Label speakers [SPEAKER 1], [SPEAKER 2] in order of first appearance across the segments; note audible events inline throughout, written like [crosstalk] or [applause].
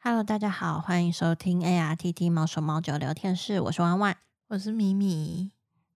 [SPEAKER 1] Hello，大家好，欢迎收听 ARTT 猫手猫脚聊天室，我是弯弯。
[SPEAKER 2] 我是米米，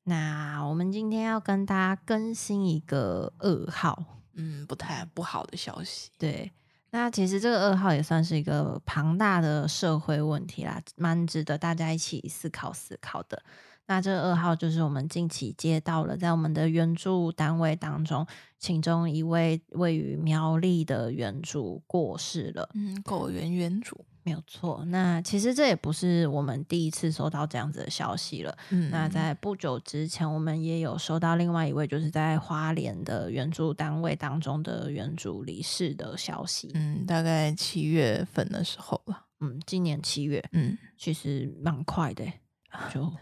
[SPEAKER 1] 那我们今天要跟大家更新一个噩耗，
[SPEAKER 2] 嗯，不太不好的消息，
[SPEAKER 1] 对。那其实这个噩耗也算是一个庞大的社会问题啦，蛮值得大家一起思考思考的。那这个噩耗就是我们近期接到了，在我们的援助单位当中，其中一位位于苗栗的援助过世了。
[SPEAKER 2] 嗯，狗园园主，
[SPEAKER 1] 没有错，那其实这也不是我们第一次收到这样子的消息了。
[SPEAKER 2] 嗯
[SPEAKER 1] 那在不久之前，我们也有收到另外一位就是在花莲的援助单位当中的援助离世的消息。嗯
[SPEAKER 2] 嗯，大概七月份的时候吧，
[SPEAKER 1] 今年七月
[SPEAKER 2] 嗯，
[SPEAKER 1] 其实蛮快的欸、 [laughs] 就
[SPEAKER 2] 啊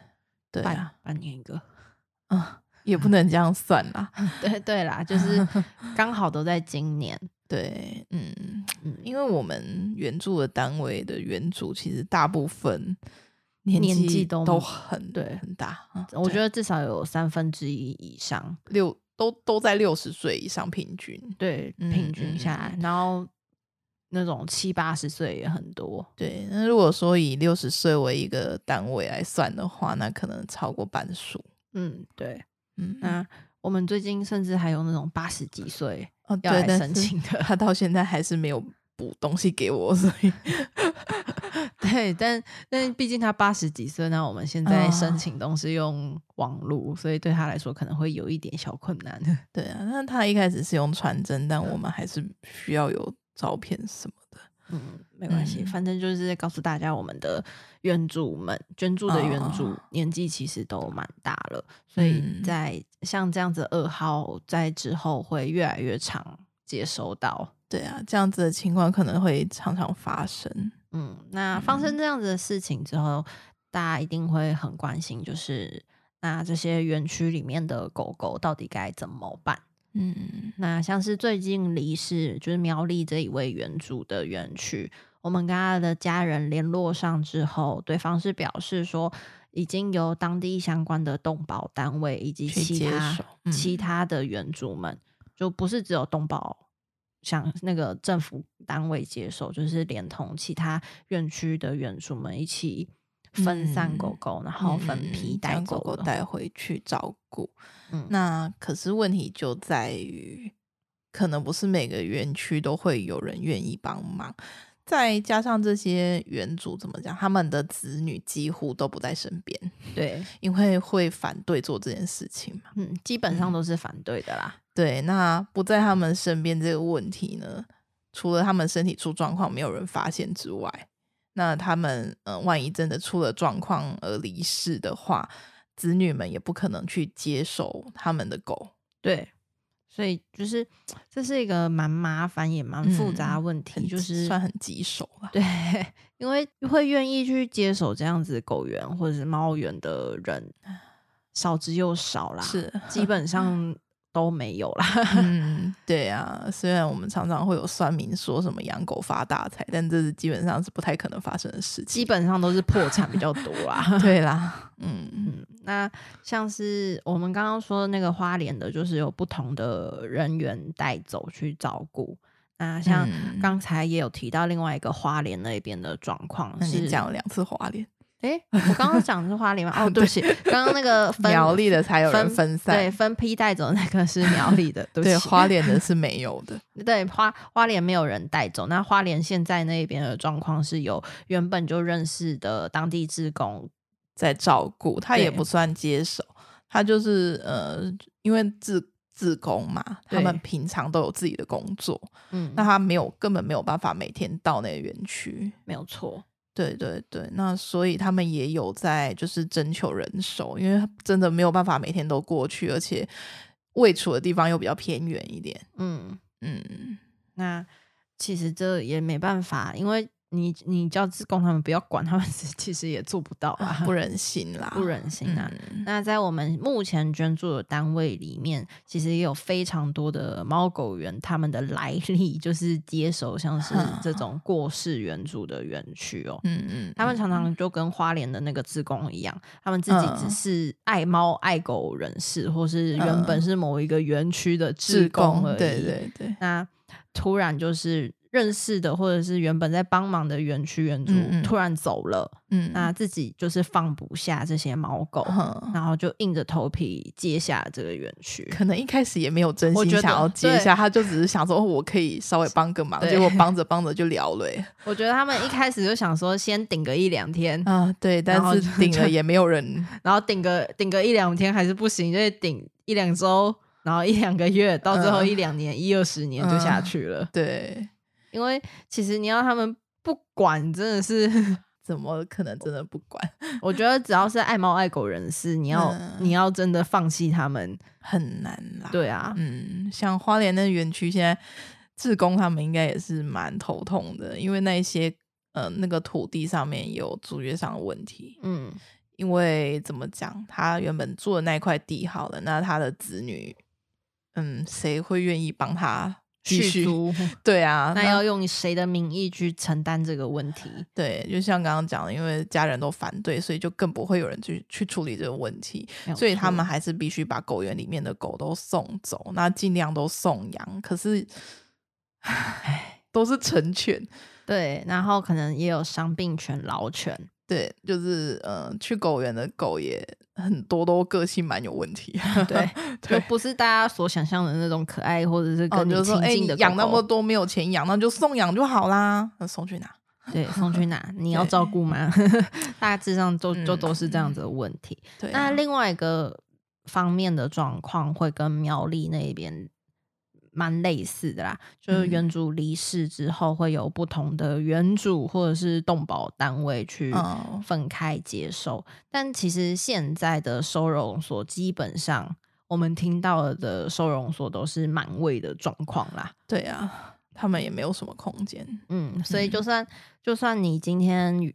[SPEAKER 2] 对
[SPEAKER 1] 半、
[SPEAKER 2] 啊，
[SPEAKER 1] 半年一个。 [laughs]
[SPEAKER 2] 嗯，也不能这样算 [laughs] 啦，
[SPEAKER 1] 对对啦，
[SPEAKER 2] [laughs]
[SPEAKER 1] 就是刚好都在今年。
[SPEAKER 2] 对，嗯，
[SPEAKER 1] 嗯，
[SPEAKER 2] 因为我们援助的单位的援助，其实大部分
[SPEAKER 1] 年
[SPEAKER 2] 纪
[SPEAKER 1] 纪都
[SPEAKER 2] 都很
[SPEAKER 1] 对
[SPEAKER 2] 很大，嗯
[SPEAKER 1] 我觉
[SPEAKER 2] 对
[SPEAKER 1] 得至少有三分之一以上，
[SPEAKER 2] 六都都在六十岁以上平均，
[SPEAKER 1] 对，
[SPEAKER 2] 嗯
[SPEAKER 1] 平均
[SPEAKER 2] 嗯
[SPEAKER 1] 下来，然后那种七八十岁也很多。
[SPEAKER 2] 对，那如果说以六十岁为一个单位来算的话，那可能超过半数。
[SPEAKER 1] 嗯，对。
[SPEAKER 2] 嗯，
[SPEAKER 1] 那我们最近甚至还有那种八十几岁
[SPEAKER 2] 哦，
[SPEAKER 1] 要
[SPEAKER 2] 对，
[SPEAKER 1] 来
[SPEAKER 2] 但
[SPEAKER 1] 申
[SPEAKER 2] 是
[SPEAKER 1] 请的，
[SPEAKER 2] 他到现在还是没有补东西给我，所以
[SPEAKER 1] [laughs] 对，但但毕竟他八十几岁，那我们现在
[SPEAKER 2] 啊
[SPEAKER 1] 申请都是用网络，所以对他来说可能会有一点小困难。
[SPEAKER 2] [laughs]
[SPEAKER 1] [laughs]
[SPEAKER 2] 对啊，那他一开始是用传真，但我们还是需要有照片什么的。
[SPEAKER 1] 嗯，没关系，
[SPEAKER 2] 嗯
[SPEAKER 1] 反正就是告诉大家，我们的原主们捐助的原主
[SPEAKER 2] 哦
[SPEAKER 1] 年纪其实都蛮大了，所以
[SPEAKER 2] 嗯
[SPEAKER 1] 在像这样子二号在之后会越来越常接收到。
[SPEAKER 2] 对啊，这样子的情况可能会常常发生。
[SPEAKER 1] 嗯，那发生这样子的事情之后，大家一定会很关心，就是那这些园区里面的狗狗到底该怎么办？
[SPEAKER 2] 嗯
[SPEAKER 1] 那像是最近离世，就是苗栗这一位园主的园区，我们跟他的家人联络上之后，对方是表示说，已经由当地相关的动保单位以及
[SPEAKER 2] 去
[SPEAKER 1] 其
[SPEAKER 2] 接
[SPEAKER 1] 他
[SPEAKER 2] 手嗯
[SPEAKER 1] 其他的园主们，就不是只有动保。像那个政府单位接手，就是连同其他园区的园主们一起分散
[SPEAKER 2] 嗯
[SPEAKER 1] 狗狗，然后分
[SPEAKER 2] 嗯
[SPEAKER 1] 批带
[SPEAKER 2] 将
[SPEAKER 1] 走
[SPEAKER 2] 狗狗
[SPEAKER 1] 了
[SPEAKER 2] 带回去照顾。
[SPEAKER 1] 嗯
[SPEAKER 2] 那可是问题就在于，可能不是每个园区都会有人愿意帮忙，再加上这些园主怎么讲，他们的子女几乎都不在身边，
[SPEAKER 1] 对，
[SPEAKER 2] 因为会反对做这件事情嘛。
[SPEAKER 1] 嗯，基本上
[SPEAKER 2] 嗯
[SPEAKER 1] 都是反对的啦。
[SPEAKER 2] 对，那不在他们身边这个问题呢，除了他们身体出状况没有人发现之外，那他们呃，万一真的出了状况而离世的话，子女们也不可能去接手他们的狗。
[SPEAKER 1] 对，所以就是这是一个蛮麻烦也蛮复杂的问题，
[SPEAKER 2] 嗯很
[SPEAKER 1] 就
[SPEAKER 2] 棘
[SPEAKER 1] 是
[SPEAKER 2] 算很棘手了。
[SPEAKER 1] 对， [laughs] 因为会愿意去接手这样子狗园或者是猫园的人少之又少啦，
[SPEAKER 2] 是
[SPEAKER 1] 基本上都没有啦。
[SPEAKER 2] [laughs]
[SPEAKER 1] [laughs]
[SPEAKER 2] 嗯，对啊，虽然我们常常会有算命说什么养狗发大财，但这是基本上是不太可能发生的事
[SPEAKER 1] 基
[SPEAKER 2] 情。
[SPEAKER 1] 本上都是破产比较多啦。 [laughs]
[SPEAKER 2] [laughs] 对啦，嗯，
[SPEAKER 1] 嗯，那像是我们刚刚说的那个花莲的，就是有不同的人员带走去照顾。那 [laughs] 像
[SPEAKER 2] 嗯
[SPEAKER 1] 刚才也有提到另外一个花莲那边的状况，
[SPEAKER 2] 那
[SPEAKER 1] 是
[SPEAKER 2] 你讲了两次花莲，
[SPEAKER 1] 诶，我刚刚讲的是花
[SPEAKER 2] [laughs]
[SPEAKER 1] 莲吗？哦，对不起，刚刚那个分
[SPEAKER 2] 苗栗的才有人分
[SPEAKER 1] 对
[SPEAKER 2] 散，
[SPEAKER 1] 分批带走那个是苗栗
[SPEAKER 2] [laughs]
[SPEAKER 1] 的，对不
[SPEAKER 2] 对，
[SPEAKER 1] 起，
[SPEAKER 2] 花莲的是没有的。
[SPEAKER 1] 对花花莲没有人带走。那花莲现在那边的状况是有原本就认识的当地志工，
[SPEAKER 2] 在照顾，他
[SPEAKER 1] 对
[SPEAKER 2] 也不算接手，他就是呃，因为自自工嘛，他们
[SPEAKER 1] 对
[SPEAKER 2] 平常都有自己的工作，
[SPEAKER 1] 嗯，
[SPEAKER 2] 那他没有根本没有办法每天到那个园区。
[SPEAKER 1] 没有错，
[SPEAKER 2] 对对对，那所以他们也有在就是征求人手，因为真的没有办法每天都过去，而且位处的地方又比较偏远一点。
[SPEAKER 1] 嗯，
[SPEAKER 2] 嗯，
[SPEAKER 1] 那其实这也没办法，因为你你叫志工他们不要管，他们其实也做不到啊，
[SPEAKER 2] 不忍心啦，
[SPEAKER 1] 不忍心啊。
[SPEAKER 2] 嗯
[SPEAKER 1] 那在我们目前捐助的单位里面，其实也有非常多的猫狗园，他们的来历就是接手像是这种过世原主的园区哦。
[SPEAKER 2] 嗯嗯，
[SPEAKER 1] 他们
[SPEAKER 2] 嗯
[SPEAKER 1] 常常就跟花莲的那个志工一样，他们自己只
[SPEAKER 2] 嗯
[SPEAKER 1] 是爱猫爱狗人士，或是原本
[SPEAKER 2] 嗯
[SPEAKER 1] 是某一个园区的
[SPEAKER 2] 志
[SPEAKER 1] 工而已。
[SPEAKER 2] 对对对，
[SPEAKER 1] 那突然就是认识的或者是原本在帮忙的园区园主
[SPEAKER 2] 嗯嗯
[SPEAKER 1] 突然走了，
[SPEAKER 2] 嗯，
[SPEAKER 1] 那自己就是放不下这些猫狗，
[SPEAKER 2] 哼
[SPEAKER 1] 然后就硬着头皮接下这个园区。
[SPEAKER 2] 可能一开始也没有真
[SPEAKER 1] 我
[SPEAKER 2] 心
[SPEAKER 1] 觉得
[SPEAKER 2] 想要接一
[SPEAKER 1] 对
[SPEAKER 2] 下，他就只是想说，哦，我可以稍微帮个忙，
[SPEAKER 1] 对 [laughs]
[SPEAKER 2] 结果帮着帮着就聊了欸、
[SPEAKER 1] 我觉得他们一开始就想说先顶个一两天，
[SPEAKER 2] 啊，对，
[SPEAKER 1] 然后
[SPEAKER 2] 但是
[SPEAKER 1] 就
[SPEAKER 2] 顶
[SPEAKER 1] 就
[SPEAKER 2] 了也没有人，
[SPEAKER 1] 然后顶个顶个一两天还是不行，就是顶一两周，然后一两个月，到最后
[SPEAKER 2] 嗯
[SPEAKER 1] 一两年、一二十年就下去了。 [laughs]
[SPEAKER 2] 对，
[SPEAKER 1] 因为其实你要他们不管，真的是， [laughs]
[SPEAKER 2] 怎么可能真的不管？
[SPEAKER 1] 我觉得只要是爱猫爱狗人士，你要、
[SPEAKER 2] 嗯
[SPEAKER 1] 你要真的放弃他们，
[SPEAKER 2] 很难啦。，
[SPEAKER 1] 对啊，
[SPEAKER 2] 嗯，像花莲那园区现在，志工他们应该也是蛮头痛的，因为那一些呃那个土地上面有租约上的问题，
[SPEAKER 1] 嗯
[SPEAKER 2] 因为怎么讲，他原本住的那块地好了，那他的子女，嗯，谁会愿意帮他继续？
[SPEAKER 1] 租， [laughs]
[SPEAKER 2] 对啊，
[SPEAKER 1] 那要用谁的名义去承担这个问题？
[SPEAKER 2] 对，就像刚刚讲的，因为家人都反对，所以就更不会有人去去处理这个问题，
[SPEAKER 1] 没有
[SPEAKER 2] 所以他
[SPEAKER 1] 错
[SPEAKER 2] 们还是必须把狗园里面的狗都送走，那尽量都送养。可是，唉，都是成犬，
[SPEAKER 1] 对，然后可能也有伤病犬、老犬，
[SPEAKER 2] 对，就是呃，去狗园的狗也很多都个性蛮有问题，
[SPEAKER 1] [laughs] 对，就
[SPEAKER 2] [laughs] 对。
[SPEAKER 1] 不是大家所想象的那种可爱或者是
[SPEAKER 2] 哦，
[SPEAKER 1] 跟
[SPEAKER 2] 就
[SPEAKER 1] 你
[SPEAKER 2] 是说，
[SPEAKER 1] 亲
[SPEAKER 2] 哎、
[SPEAKER 1] 近
[SPEAKER 2] 你
[SPEAKER 1] 的狗
[SPEAKER 2] 养那么
[SPEAKER 1] 狗。
[SPEAKER 2] 多没有钱养，那就送养就好啦。那送去哪？
[SPEAKER 1] 对，送去
[SPEAKER 2] [laughs]
[SPEAKER 1] 哪？你要
[SPEAKER 2] 对嗯
[SPEAKER 1] 照顾吗？ [laughs] 大致上就就都是这样子的问题。
[SPEAKER 2] 对啊、
[SPEAKER 1] 那另外一个方面的状况会跟苗栗那边蛮类似的啦，就是
[SPEAKER 2] 嗯
[SPEAKER 1] 原主离世之后，会有不同的原主或者是动保单位去
[SPEAKER 2] 哦
[SPEAKER 1] 分开接收。但其实现在的收容所基本上。我们听到的收容所都是满位的状况啦，
[SPEAKER 2] 对啊，他们也没有什么空间。
[SPEAKER 1] 嗯，所以就
[SPEAKER 2] 嗯
[SPEAKER 1] 算、就算你今天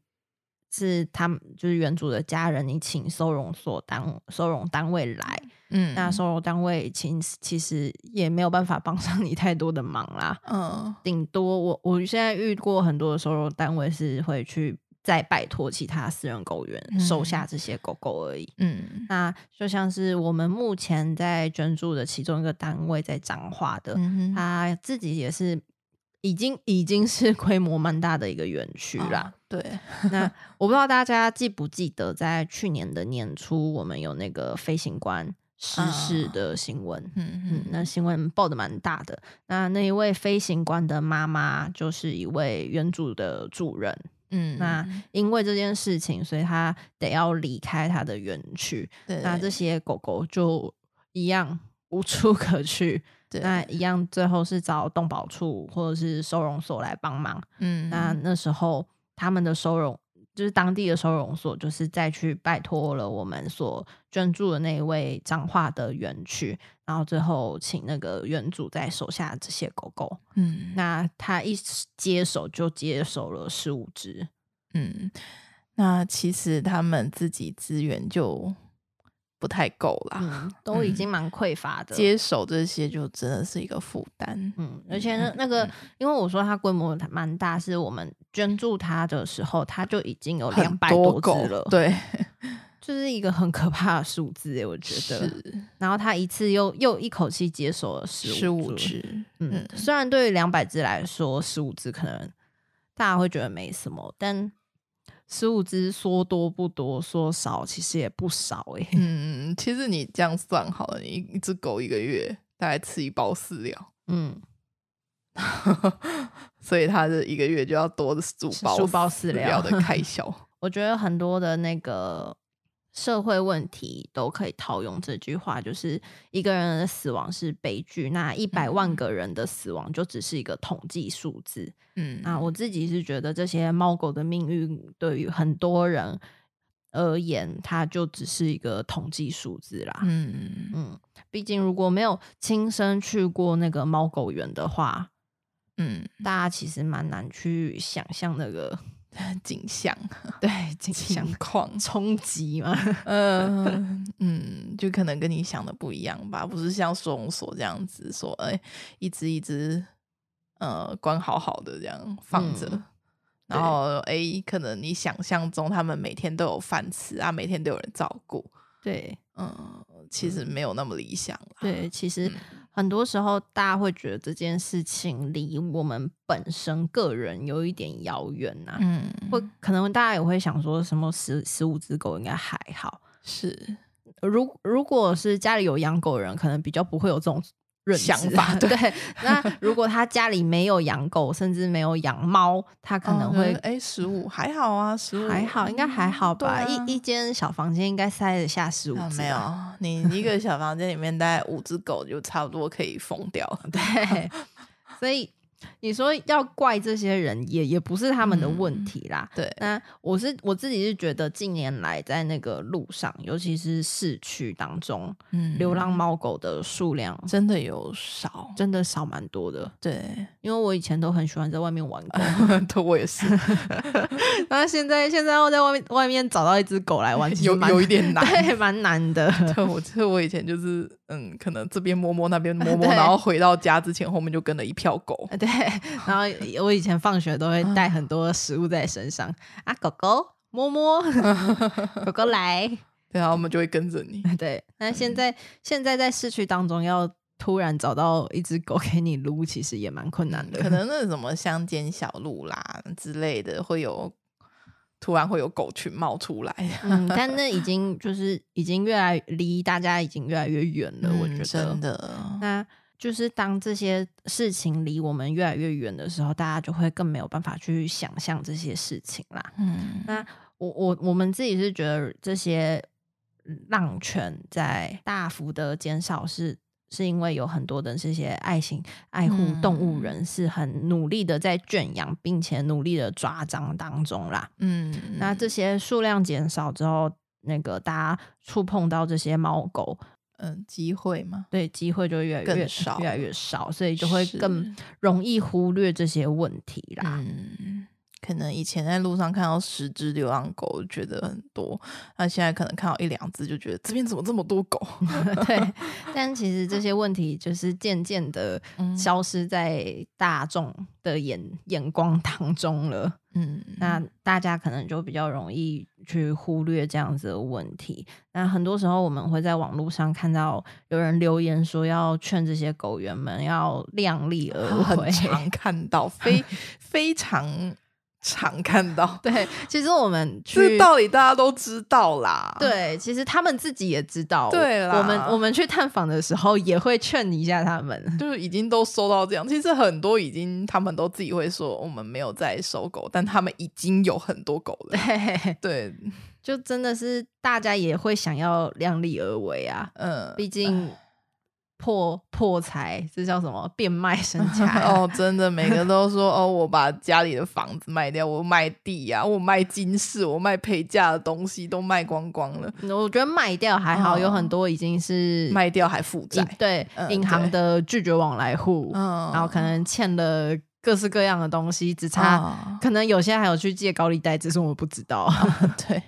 [SPEAKER 1] 是他们就是原主的家人，你请收容所单收容单位来，
[SPEAKER 2] 嗯，
[SPEAKER 1] 那收容单位其实其实也没有办法帮上你太多的忙啦。
[SPEAKER 2] 嗯，
[SPEAKER 1] 顶多我我现在遇过很多的收容单位是会去再拜托其他私人狗园收下
[SPEAKER 2] 嗯
[SPEAKER 1] 这些狗狗而已。
[SPEAKER 2] 嗯
[SPEAKER 1] 那就像是我们目前在捐助的其中一个单位在彰化的，
[SPEAKER 2] 嗯哼，
[SPEAKER 1] 他自己也是已经已经是规模蛮大的一个园区
[SPEAKER 2] 哦
[SPEAKER 1] 啦。
[SPEAKER 2] 对，
[SPEAKER 1] 那我不知道大家记不记得，在去年的年初，我们有那个飞行官失事
[SPEAKER 2] 啊
[SPEAKER 1] 的新闻。嗯
[SPEAKER 2] 嗯，
[SPEAKER 1] 那新闻报的蛮大的。那那一位飞行官的妈妈就是一位原主的主人，
[SPEAKER 2] 嗯
[SPEAKER 1] 那因为这件事情，所以他得要离开他的园区。
[SPEAKER 2] 对
[SPEAKER 1] 那这些狗狗就一样无处可去，
[SPEAKER 2] 对
[SPEAKER 1] 那一样最后是找动保处或者是收容所来帮忙。
[SPEAKER 2] 嗯
[SPEAKER 1] 那那时候他们的收容就是当地的收容所，就是再去拜托了我们所捐助的那一位彰化的园区，然后最后请那个园主再手下这些狗狗。
[SPEAKER 2] 嗯
[SPEAKER 1] 那他一接手就接手了十五只，
[SPEAKER 2] 嗯，那其实他们自己资源就不太够啦，
[SPEAKER 1] 嗯，都已经蛮匮乏的。
[SPEAKER 2] 啊接手这些就真的是一个负担。
[SPEAKER 1] 嗯，而且那
[SPEAKER 2] 嗯
[SPEAKER 1] 那个，因为我说它规模蛮大，是我们捐助它的时候，它就已经有哦两
[SPEAKER 2] 很
[SPEAKER 1] 百
[SPEAKER 2] 多
[SPEAKER 1] 只
[SPEAKER 2] 狗
[SPEAKER 1] 了，，
[SPEAKER 2] 对，
[SPEAKER 1] 就是一个很可怕的数字欸耶，我觉得。
[SPEAKER 2] 是
[SPEAKER 1] 然后它一次又又一口气接手了
[SPEAKER 2] 十
[SPEAKER 1] 十
[SPEAKER 2] 五
[SPEAKER 1] 只，
[SPEAKER 2] 只，
[SPEAKER 1] 嗯，虽然对于两百只来说，十五只可能大家会觉得没什么，但十五只说多不多，说少其实也不少哎、
[SPEAKER 2] 嗯，其实你这样算好了，你一一只狗一个月大概吃一包饲料， [laughs]
[SPEAKER 1] 嗯，
[SPEAKER 2] 所以它这一个月就要多十五包
[SPEAKER 1] 15包饲料
[SPEAKER 2] 料的
[SPEAKER 1] [laughs]
[SPEAKER 2] 开销。
[SPEAKER 1] 我觉得很多的那个社会问题都可以套用这句话，就是一个人的死亡是悲剧，那一百万个人的死亡就只是一个统计数字。
[SPEAKER 2] 嗯
[SPEAKER 1] 那我自己是觉得这些猫狗的命运对于很多人而言，它就只是一个统计数字啦。
[SPEAKER 2] 嗯
[SPEAKER 1] 嗯，毕竟如果没有亲身去过那个猫狗园的话，
[SPEAKER 2] 嗯，
[SPEAKER 1] 大家其实蛮难去想象那
[SPEAKER 2] [laughs]
[SPEAKER 1] 个
[SPEAKER 2] 景象
[SPEAKER 1] 对景象
[SPEAKER 2] [laughs] 情况，
[SPEAKER 1] 冲击嘛。 [laughs]
[SPEAKER 2] 呃，嗯，就可能跟你想的不一样吧，不是像收容所这样子说，哎、一只一只，呃，关好好的这样放着，
[SPEAKER 1] 嗯
[SPEAKER 2] 然后哎、可能你想象中他们每天都有饭吃啊，每天都有人照顾，
[SPEAKER 1] 对，
[SPEAKER 2] 嗯，其实没有那么理想啦，
[SPEAKER 1] 对，其实
[SPEAKER 2] 嗯
[SPEAKER 1] 很多时候大家会觉得这件事情离我们本身个人有一点遥远呐、
[SPEAKER 2] 嗯，
[SPEAKER 1] 会可能大家也会想说什么十十五只狗应该还好，
[SPEAKER 2] 是
[SPEAKER 1] 如如果是家里有养狗的人，可能比较不会有这种认知
[SPEAKER 2] 想
[SPEAKER 1] [laughs]
[SPEAKER 2] 法对
[SPEAKER 1] 对，那如果他家里没有养狗，甚至没有养猫，他可能会
[SPEAKER 2] 哎十五还好啊，十五
[SPEAKER 1] 还好，应该还好吧？一
[SPEAKER 2] 一
[SPEAKER 1] 一间小房间应该塞得下十五
[SPEAKER 2] 嗯啊
[SPEAKER 1] 只，
[SPEAKER 2] 没有。， [laughs] 你一个小房间里面大概五只狗就差不多可以疯掉了。
[SPEAKER 1] [laughs] 对， [laughs] 所以你说要怪这些人，也也不是他们的问题啦。
[SPEAKER 2] 嗯对，
[SPEAKER 1] 那我是我自己是觉得近年来在那个路上，尤其是市区当中，
[SPEAKER 2] 嗯
[SPEAKER 1] 流浪猫狗的数量
[SPEAKER 2] 真的有少。
[SPEAKER 1] 真的少蛮多的。
[SPEAKER 2] 对，
[SPEAKER 1] 因为我以前都很喜欢在外面玩狗，
[SPEAKER 2] [laughs] 对我也是，
[SPEAKER 1] 然后现在现在要在外面外面找到一只狗来玩，其实
[SPEAKER 2] 有
[SPEAKER 1] 蛮
[SPEAKER 2] 有
[SPEAKER 1] [laughs]
[SPEAKER 2] 一点难。
[SPEAKER 1] 对，蛮难的。 [laughs]
[SPEAKER 2] 对，我记得我以前就是，嗯，可能这边摸摸那边摸 [laughs] 摸，
[SPEAKER 1] 对
[SPEAKER 2] 然后回到家之前后面就跟了一票狗。 [laughs]
[SPEAKER 1] 对，然后我以前放学都会带很多食物在身上啊，狗狗摸
[SPEAKER 2] [laughs]
[SPEAKER 1] 摸，狗狗来。 [laughs]
[SPEAKER 2] 对，啊然后我们就会跟着你。
[SPEAKER 1] 对，那现在、现在在市区当中要突然找到一只狗给你撸，其实也蛮困难的。
[SPEAKER 2] 可能那什么乡间小路啦之类的，会有突然会有狗群冒出来。
[SPEAKER 1] [laughs] 嗯，但那已
[SPEAKER 2] [laughs]
[SPEAKER 1] 经就是已经越来离大家已经越来越远了，我觉得
[SPEAKER 2] 嗯真的，
[SPEAKER 1] 那就是当这些事情离我们越来越远的时候，大家就会更没有办法去想象这些事情啦。
[SPEAKER 2] 嗯
[SPEAKER 1] 我我我们自己是觉得这些浪犬在大幅的减少是。是因为有很多的这些爱心爱护动
[SPEAKER 2] 嗯
[SPEAKER 1] 物人是很努力的在圈养，并且努力的抓张当中啦。
[SPEAKER 2] 嗯
[SPEAKER 1] 那这些数量减少之后，那个大家触碰到这些猫狗，
[SPEAKER 2] 嗯机会嘛，
[SPEAKER 1] 对机会就越来越
[SPEAKER 2] 更少
[SPEAKER 1] 越来越少，所以就会
[SPEAKER 2] 是
[SPEAKER 1] 更容易忽略这些问题啦。
[SPEAKER 2] 嗯，可能以前在路上看到十只流浪狗，觉得很多，那现在可能看到一两只就觉得这边怎么这么多狗？
[SPEAKER 1] [laughs] 对，但其实这些问题就是渐渐的
[SPEAKER 2] 嗯
[SPEAKER 1] 消失在大众的眼、眼光当中了。
[SPEAKER 2] 嗯，
[SPEAKER 1] 那大家可能就比较容易去忽略这样子的问题。那很多时候我们会在网络上看到有人留言说要劝这些狗员们要量力而
[SPEAKER 2] 呃很
[SPEAKER 1] 为。
[SPEAKER 2] 常看到， [laughs] 非非常常看到，
[SPEAKER 1] [laughs] 对，其实我们
[SPEAKER 2] 这
[SPEAKER 1] 去
[SPEAKER 2] 道理大家都知道啦。。
[SPEAKER 1] 对，其实他们自己也知道。
[SPEAKER 2] 对啦
[SPEAKER 1] 我们我们去探访的时候也会劝一下他们。
[SPEAKER 2] 就是已经都收到这样，其实很多已经他们都自己会说我们没有在收狗，但他们已经有很多狗 [laughs] 了。
[SPEAKER 1] [laughs] 对，
[SPEAKER 2] 对，
[SPEAKER 1] 就真的是大家也会想要量力而为啊，
[SPEAKER 2] 嗯，
[SPEAKER 1] 毕竟破破财，这叫什么变卖身家哦。
[SPEAKER 2] [laughs] 哦，真的，每个都说哦，我把家里的房子卖掉，我卖地呀、我卖金饰，我卖陪嫁的东西都卖光光了，
[SPEAKER 1] 嗯我觉得卖掉还好，
[SPEAKER 2] 哦
[SPEAKER 1] 有很多已经是
[SPEAKER 2] 卖掉还负债
[SPEAKER 1] 银，对
[SPEAKER 2] 嗯
[SPEAKER 1] 银行的拒绝往来户，
[SPEAKER 2] 嗯
[SPEAKER 1] 然后可能欠了各式各样的东西，只差、
[SPEAKER 2] 哦
[SPEAKER 1] 可能有些还有去借高利贷，只是我们不知
[SPEAKER 2] [laughs]
[SPEAKER 1] 道。 [laughs]
[SPEAKER 2] 对，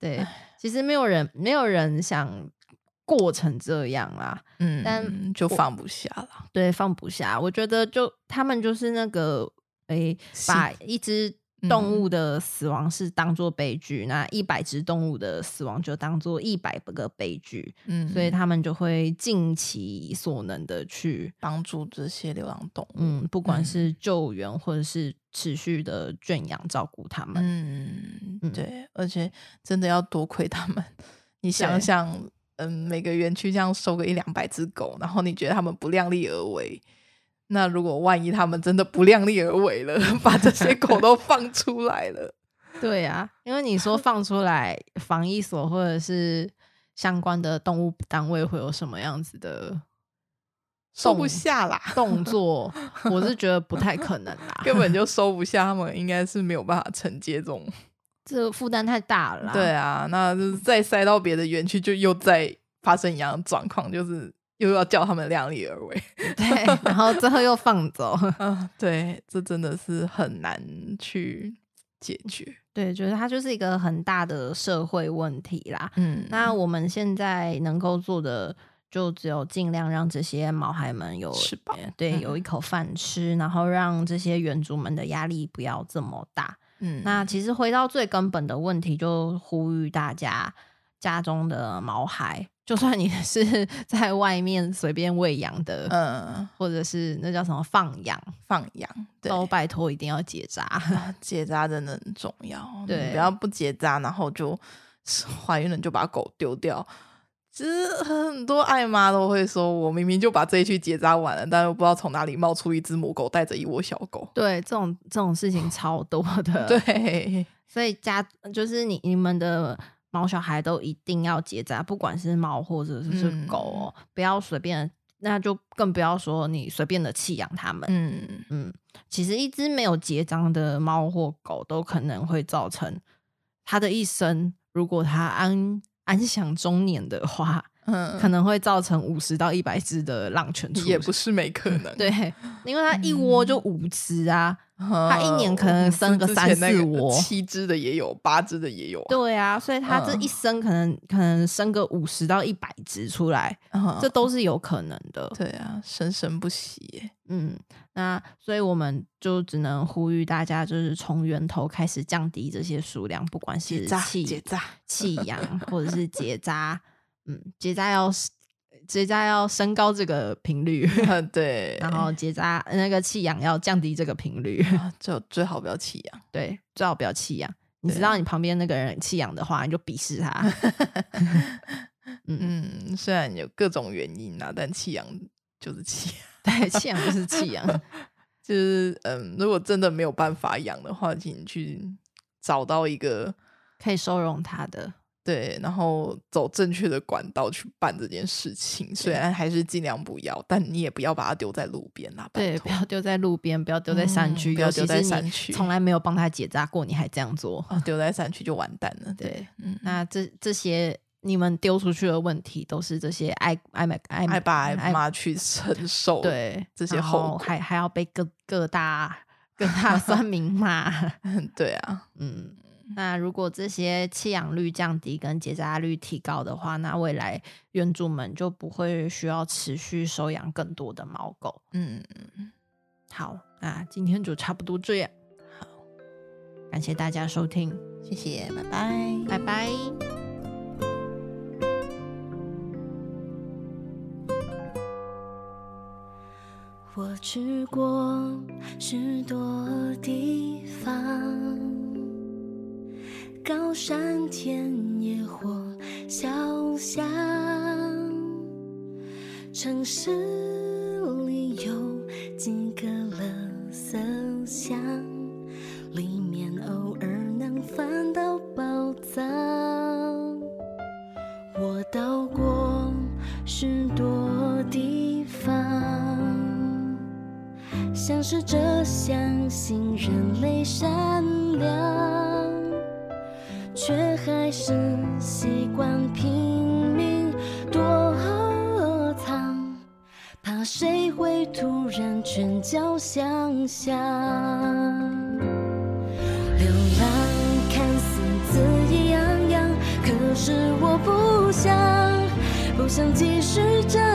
[SPEAKER 1] 对，其实没有人没有人想过成这样啦，
[SPEAKER 2] 嗯，
[SPEAKER 1] 但
[SPEAKER 2] 就放不下了，
[SPEAKER 1] 对，放不下。我觉得就他们就是那个，诶、
[SPEAKER 2] 是
[SPEAKER 1] 把一只动物的死亡是当做悲剧，
[SPEAKER 2] 嗯
[SPEAKER 1] 那一百只动物的死亡就当做一百个悲剧，
[SPEAKER 2] 嗯，
[SPEAKER 1] 所以他们就会尽其所能的去。
[SPEAKER 2] 帮助这些流浪动物，
[SPEAKER 1] 嗯，不管
[SPEAKER 2] 嗯
[SPEAKER 1] 是救援或者是持续的圈养照顾他们，
[SPEAKER 2] 嗯
[SPEAKER 1] 嗯，
[SPEAKER 2] 对，而且真的要多亏他们，你
[SPEAKER 1] 对
[SPEAKER 2] 想想。嗯，每个园区这样收个一两百只狗，然后你觉得他们不量力而为，那如果万一他们真的不量力而为了， [laughs] 把这些狗都放出来了，
[SPEAKER 1] 对啊，因为你说 [laughs] 放出来，防疫所或者是相关的动物单位会有什么样子 [laughs] 的
[SPEAKER 2] 收不下啦，
[SPEAKER 1] 动作，我是觉得不太可能 [laughs] 啦，
[SPEAKER 2] 根本就收不下，他们应该是没有办法承接这种。
[SPEAKER 1] 这个负担太大了啦。
[SPEAKER 2] 对啊，那就是再塞到别的园区，就又再发生一样的状况，就是又要叫他们量力而为。
[SPEAKER 1] 对，然后最后又放走， [laughs]
[SPEAKER 2] 啊，对，这真的是很难去解决。
[SPEAKER 1] 对，觉得它就是一个很大的社会问题啦。
[SPEAKER 2] 嗯
[SPEAKER 1] 那我们现在能够做的，就只有尽量让这些毛孩们有
[SPEAKER 2] 吃饱
[SPEAKER 1] 呃对，
[SPEAKER 2] 嗯
[SPEAKER 1] 有一口饭吃，然后让这些原主们的压力不要这么大。
[SPEAKER 2] 嗯
[SPEAKER 1] 那其实回到最根本的问题，就呼吁大家家中的毛孩就算你 [laughs] 是在外面随便喂养的，
[SPEAKER 2] 嗯，
[SPEAKER 1] 或者是那叫什么放养，
[SPEAKER 2] 放养对，
[SPEAKER 1] 都拜托一定要结扎。 [laughs]
[SPEAKER 2] 啊结扎真的很重要，哦你
[SPEAKER 1] 对
[SPEAKER 2] 不要不结扎，然后就怀孕了就把狗丢掉。其实很多爱妈都会说，我明明就把这一区结扎完了，但又不知道从哪里冒出一只母狗，带着一窝小狗。
[SPEAKER 1] 对，这种这种事情超多的。 [laughs]
[SPEAKER 2] 对，
[SPEAKER 1] 所以家呃就是你你们的毛小孩都一定要结扎，不管是猫或者是是
[SPEAKER 2] 嗯
[SPEAKER 1] 狗哦，不要随便，那就更不要说你随便的弃养它们。
[SPEAKER 2] 嗯，
[SPEAKER 1] 嗯，其实一只没有结扎的猫或狗都可能会造成它的一生，如果它安安享中年的话，
[SPEAKER 2] [laughs] 嗯，
[SPEAKER 1] 可能会造成五十到一百只的浪犬出
[SPEAKER 2] 也
[SPEAKER 1] 生
[SPEAKER 2] 不嗯是没可能。
[SPEAKER 1] 嗯对，因为它一窝就五只啊。
[SPEAKER 2] 呃，
[SPEAKER 1] 它一年可能生个
[SPEAKER 2] 之前那
[SPEAKER 1] 三四窝
[SPEAKER 2] 七只的也有，八只的也有、啊。
[SPEAKER 1] 对啊，所以它这
[SPEAKER 2] 嗯
[SPEAKER 1] 一生可能、可能生个五十到一百只出来，
[SPEAKER 2] 嗯
[SPEAKER 1] 这都是有可能的。
[SPEAKER 2] 对啊，生生不息耶。
[SPEAKER 1] 嗯，那所以我们就只能呼吁大家，就是从源头开始降低这些数量，不管是
[SPEAKER 2] 结
[SPEAKER 1] 弃
[SPEAKER 2] 扎，
[SPEAKER 1] 弃养或者是结扎，嗯，结扎要结扎要升高这个频率，
[SPEAKER 2] 呃 [laughs] 对，
[SPEAKER 1] 然后结扎那个弃养要降低这个频率，
[SPEAKER 2] 啊就最好不要弃养。
[SPEAKER 1] 对，最好不要弃养。你
[SPEAKER 2] 对啊
[SPEAKER 1] 知道你旁边那个人弃养的话，你就鄙视他。 [laughs]
[SPEAKER 2] 嗯，虽然有各种原因啊，但弃养就是弃养， [laughs]
[SPEAKER 1] 对，弃养就是弃养。
[SPEAKER 2] 就是嗯，如果真的没有办法养的话，请你去找到一个
[SPEAKER 1] 可以收容它的。
[SPEAKER 2] 对，然后走正确的管道去办这件事情。虽然还是尽量不要，但你也不要把它丢在路边啦，拜
[SPEAKER 1] 对，
[SPEAKER 2] 托
[SPEAKER 1] 不要丢在路边，不要丢在山
[SPEAKER 2] 嗯
[SPEAKER 1] 区，
[SPEAKER 2] 不要
[SPEAKER 1] 尤其
[SPEAKER 2] 丢在
[SPEAKER 1] 是
[SPEAKER 2] 山
[SPEAKER 1] 你
[SPEAKER 2] 区
[SPEAKER 1] 从来没有帮它结扎过，你还这样做。
[SPEAKER 2] 啊，丢在山区就完蛋了。
[SPEAKER 1] 对，
[SPEAKER 2] 嗯，
[SPEAKER 1] 那这这些你们丢出去的问题，都是这些爱爱买爱
[SPEAKER 2] 爱爸爱
[SPEAKER 1] 嗯爱
[SPEAKER 2] 妈去承受。，
[SPEAKER 1] 对
[SPEAKER 2] 这些
[SPEAKER 1] 然
[SPEAKER 2] 后
[SPEAKER 1] 后
[SPEAKER 2] 果
[SPEAKER 1] 还还要被各各大各大酸民骂。[laughs]
[SPEAKER 2] [laughs] 对啊，
[SPEAKER 1] 嗯，那如果这些弃养率降低跟结扎率提高的话，那未来原主们就不会需要持续收养更多的猫狗。
[SPEAKER 2] 嗯，
[SPEAKER 1] 好，那今天就差不多这样。好，感谢大家收听，
[SPEAKER 2] 谢谢，拜拜。
[SPEAKER 1] 拜拜。
[SPEAKER 3] 我去过许多地方，高山、田野或小巷，城市里有几个垃圾箱，里面偶尔能翻到宝藏。我到过许多地方，像是这相信人类善良，却还是习惯拼命躲藏，怕谁会突然拳脚相向。流浪看似恣意洋洋，可是我不想，不想继续这